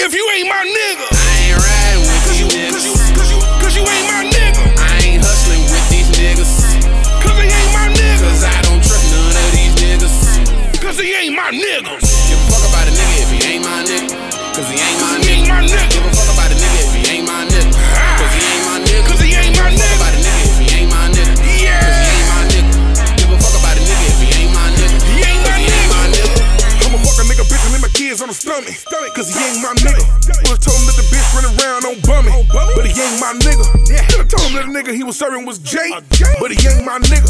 ain't my nigga. I ain't riding with Cause you, these cause you, niggas. cause you, cause you ain't my nigga. I ain't hustling with these niggas. Cause he ain't my nigga. Cause I don't trust none of these niggas. Cause he ain't my nigga. Give a fuck about a nigga if he ain't my nigga. Cause he ain't my Cause he nigga. ain't my Give nigga. a fuck about a nigga if he ain't my nigga. Cause he ain't my nigga. Cause he ain't my Fuck nigga. about a nigga if he ain't my nigga. Cause he ain't Yeah. my nigga. Give a fuck about a nigga if he ain't my nigga. He ain't my Cause he ain't my nigga. nigga. I'ma fuck a nigga bitch and leave my kids on the stomach. Cause he ain't my nigga. Would have told him that the bitch run around on bummy. But he ain't my nigga. Could have told him that the nigga he was serving was Jake. But he ain't my nigga.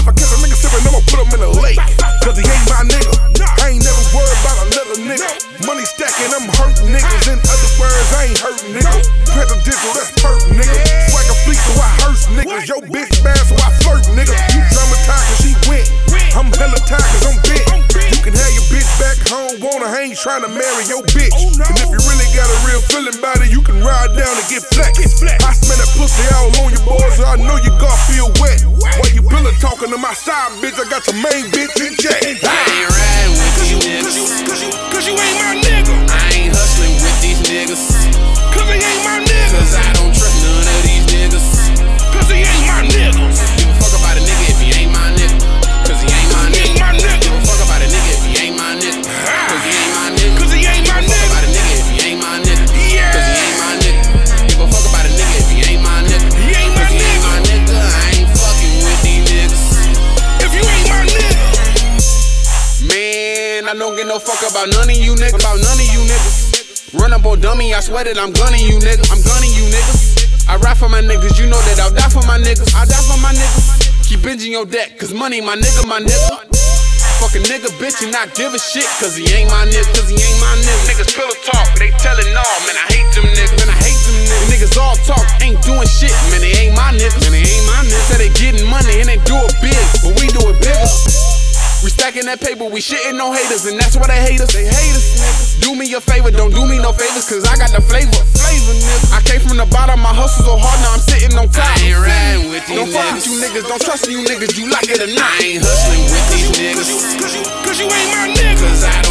If I catch a nigga sipping, I'ma put him in a lake. Cause he ain't my nigga. I ain't never worried about another nigga. Money stacking, I'm hurting niggas. In other words, I ain't hurting niggas. Presidential, that's perk, nigga. Swagger fleet, so I hurt niggas. Yo, bitch bad, so I flirt, nigga. You traumatized, cause she went. I'm hella tired, cause I'm bent. You can have your bitch back home, wanna I ain't tryna marry your bitch. And if you really got a real feeling about it, you can ride down and get flex. I smell that pussy all on your boys, so I know you gon' feel wet. While you pillow talking to my side bitch, I got your main bitch in jack. I ain't riding with Cause you, these cause niggas. you, cause you, cause you ain't my nigga. I ain't hustling with these niggas. Cause he ain't my nigga. Cause I don't trust none of these niggas. Cause he ain't my nigga. Give a fuck about a nigga if he ain't my nigga. Cause he ain't my He nigga. ain't my Give a nigga. fuck about a nigga if he ain't my nigga. Cause he ain't my nigga. Cause he ain't my Fuck nigga. about a nigga if he ain't my nigga. Yeah. Cause he ain't my nigga. Give a fuck about a nigga if he ain't my nigga. He ain't my Cause he ain't my nigga. nigga. I ain't fucking with these niggas. If you ain't my nigga. Man, I don't give no fuck about none of you niggas. About none of you niggas. Run up on dummy, I swear that I'm gunning you niggas. I'm gunning you niggas. I ride for my niggas, you know that I'll die for my niggas. I die for my niggas. Keep binging your deck, cause money my nigga, my nigga. Fuck a nigga, bitch, and I give a shit, cause he ain't my nigga, cause he ain't my nigga. Niggas pillow talk, they telling all, man, I hate them niggas, man, I hate them niggas. Niggas all talk, ain't doing shit, man, they ain't my niggas, man, they ain't my niggas. Said they getting money and they do it big, but we do it bigger. We stacking that paper, we shitting on haters, and that's why they hate us. They hate us, niggas. Do me a favor, don't do me no favors, cause I got the flavor. Flavor, nigga. I came from the bottom, my hustle so hard, now I'm sitting on top. I ain't riding with these Don't fuck niggas. with you niggas, don't trust you niggas, you like it or I not. ain't hustling with Cause these you, niggas. cause you, cause you ain't my nigga. Cause I don't